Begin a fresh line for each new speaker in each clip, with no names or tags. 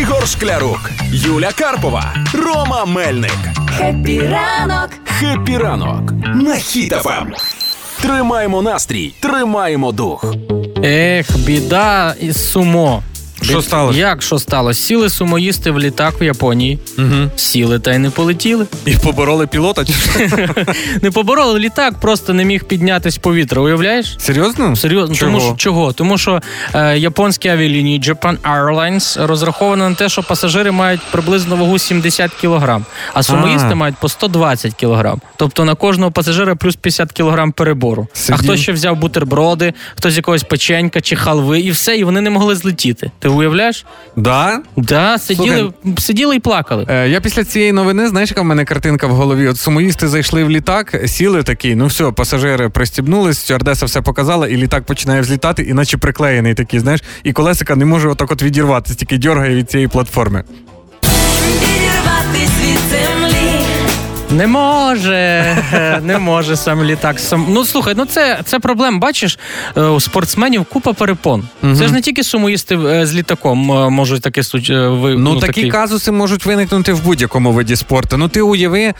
Ігор Шклярук, Юля Карпова, Рома Мельник.
Хеппі ранок!
Хеппі ранок на хітафам. Тримаємо настрій, тримаємо дух.
Ех, біда із сумо.
Що
Бі-
сталося?
Як що сталося? Сіли сумоїсти в літак в Японії,
Угу.
сіли та й не полетіли.
І побороли пілота? чи що?
Не побороли літак, просто не міг піднятись в повітря. Уявляєш?
Серйозно?
Серйозно,
Чого?
тому що чого? Тому що е, японські авіалінії Japan Airlines розраховано на те, що пасажири мають приблизно вагу 70 кг, а сумоїсти
А.
мають по 120 кг. Тобто на кожного пасажира плюс 50 кг перебору.
Сидіть.
А хтось ще взяв бутерброди, хтось якогось печенька чи халви, і все, і вони не могли злетіти. Ти уявляєш?
Да?
Да, сиділи, сиділи і плакали.
Е, я після цієї новини, знаєш, яка в мене картинка в голові? От сумоїсти зайшли в літак, сіли такі, ну все, пасажири пристібнулись, стюардеса все показала, і літак починає взлітати, і наче приклеєний такий, знаєш, і колесика не може отак от відірватися, тільки дьоргає від цієї платформи.
Відірватись від землі.
Не може, не може сам літак. Сам ну слухай, ну це, це проблема. Бачиш, е, у спортсменів купа перепон. Це ж не тільки сумоїсти е, з літаком е, можуть таке суть. е, ви-
Ну, такі
такий-
казуси можуть виникнути в будь-якому виді спорту. Ну ти уяви, е,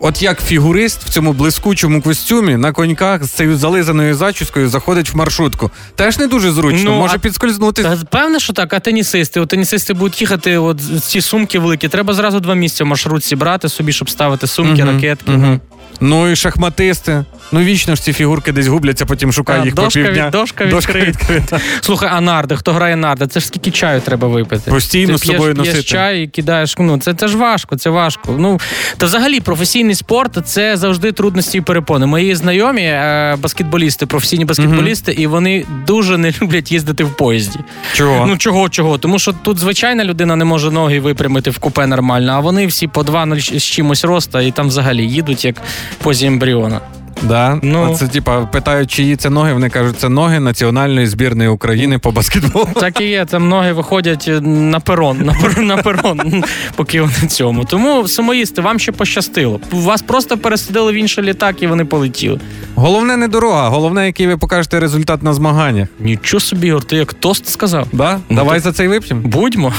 от як фігурист в цьому блискучому костюмі на коньках з цією зализаною зачіскою заходить в маршрутку. Теж не дуже зручно,
Ну,
може
а-
підскользнути.
Та певне, що так, а тенісисти. От тенісисти будуть їхати, от з- ці сумки великі. Треба зразу два місця в маршрутці брати собі, щоб ставити сумки,
Мгм,
ракетки.
мгм. Ну і шахматисти. Ну вічно ж ці фігурки десь губляться, потім шукає
Та,
їх
дошка
по півдня.
від- дошка відкрита.
відкрита.
Слухай, а нарди, хто грає нарди, це ж скільки чаю треба випити?
Постійно
Ти
з собою
п'єш,
носити.
п'єш чай і кидаєш. Ну це, це ж важко, це важко. Ну та взагалі професійний спорт це завжди трудності і перепони. Мої знайомі е, баскетболісти, професійні баскетболісти, і вони дуже не люблять їздити в поїзді.
Чого?
Ну чого, чого? Тому що тут звичайна людина не може ноги випрямити в купе нормально, а вони всі по два нуль з чимось роста, і там взагалі їдуть як в позі ембріона.
да?
ну.
А це типа питають, чиї це ноги. Вони кажуть, це ноги національної збірної України по баскетболу.
Так і є, там ноги виходять е, на перон, на, пер- на перон, поки вони в цьому. Тому сумоїсти, вам ще пощастило. Вас просто пересадили в інший літак і вони полетіли.
Головне не дорога, головне, який ви покажете результат на змаганнях.
Нічого собі, Ігор, ти як тост сказав.
Да?
Ну,
Давай
так-
за цей вип'ємо.
Будьмо.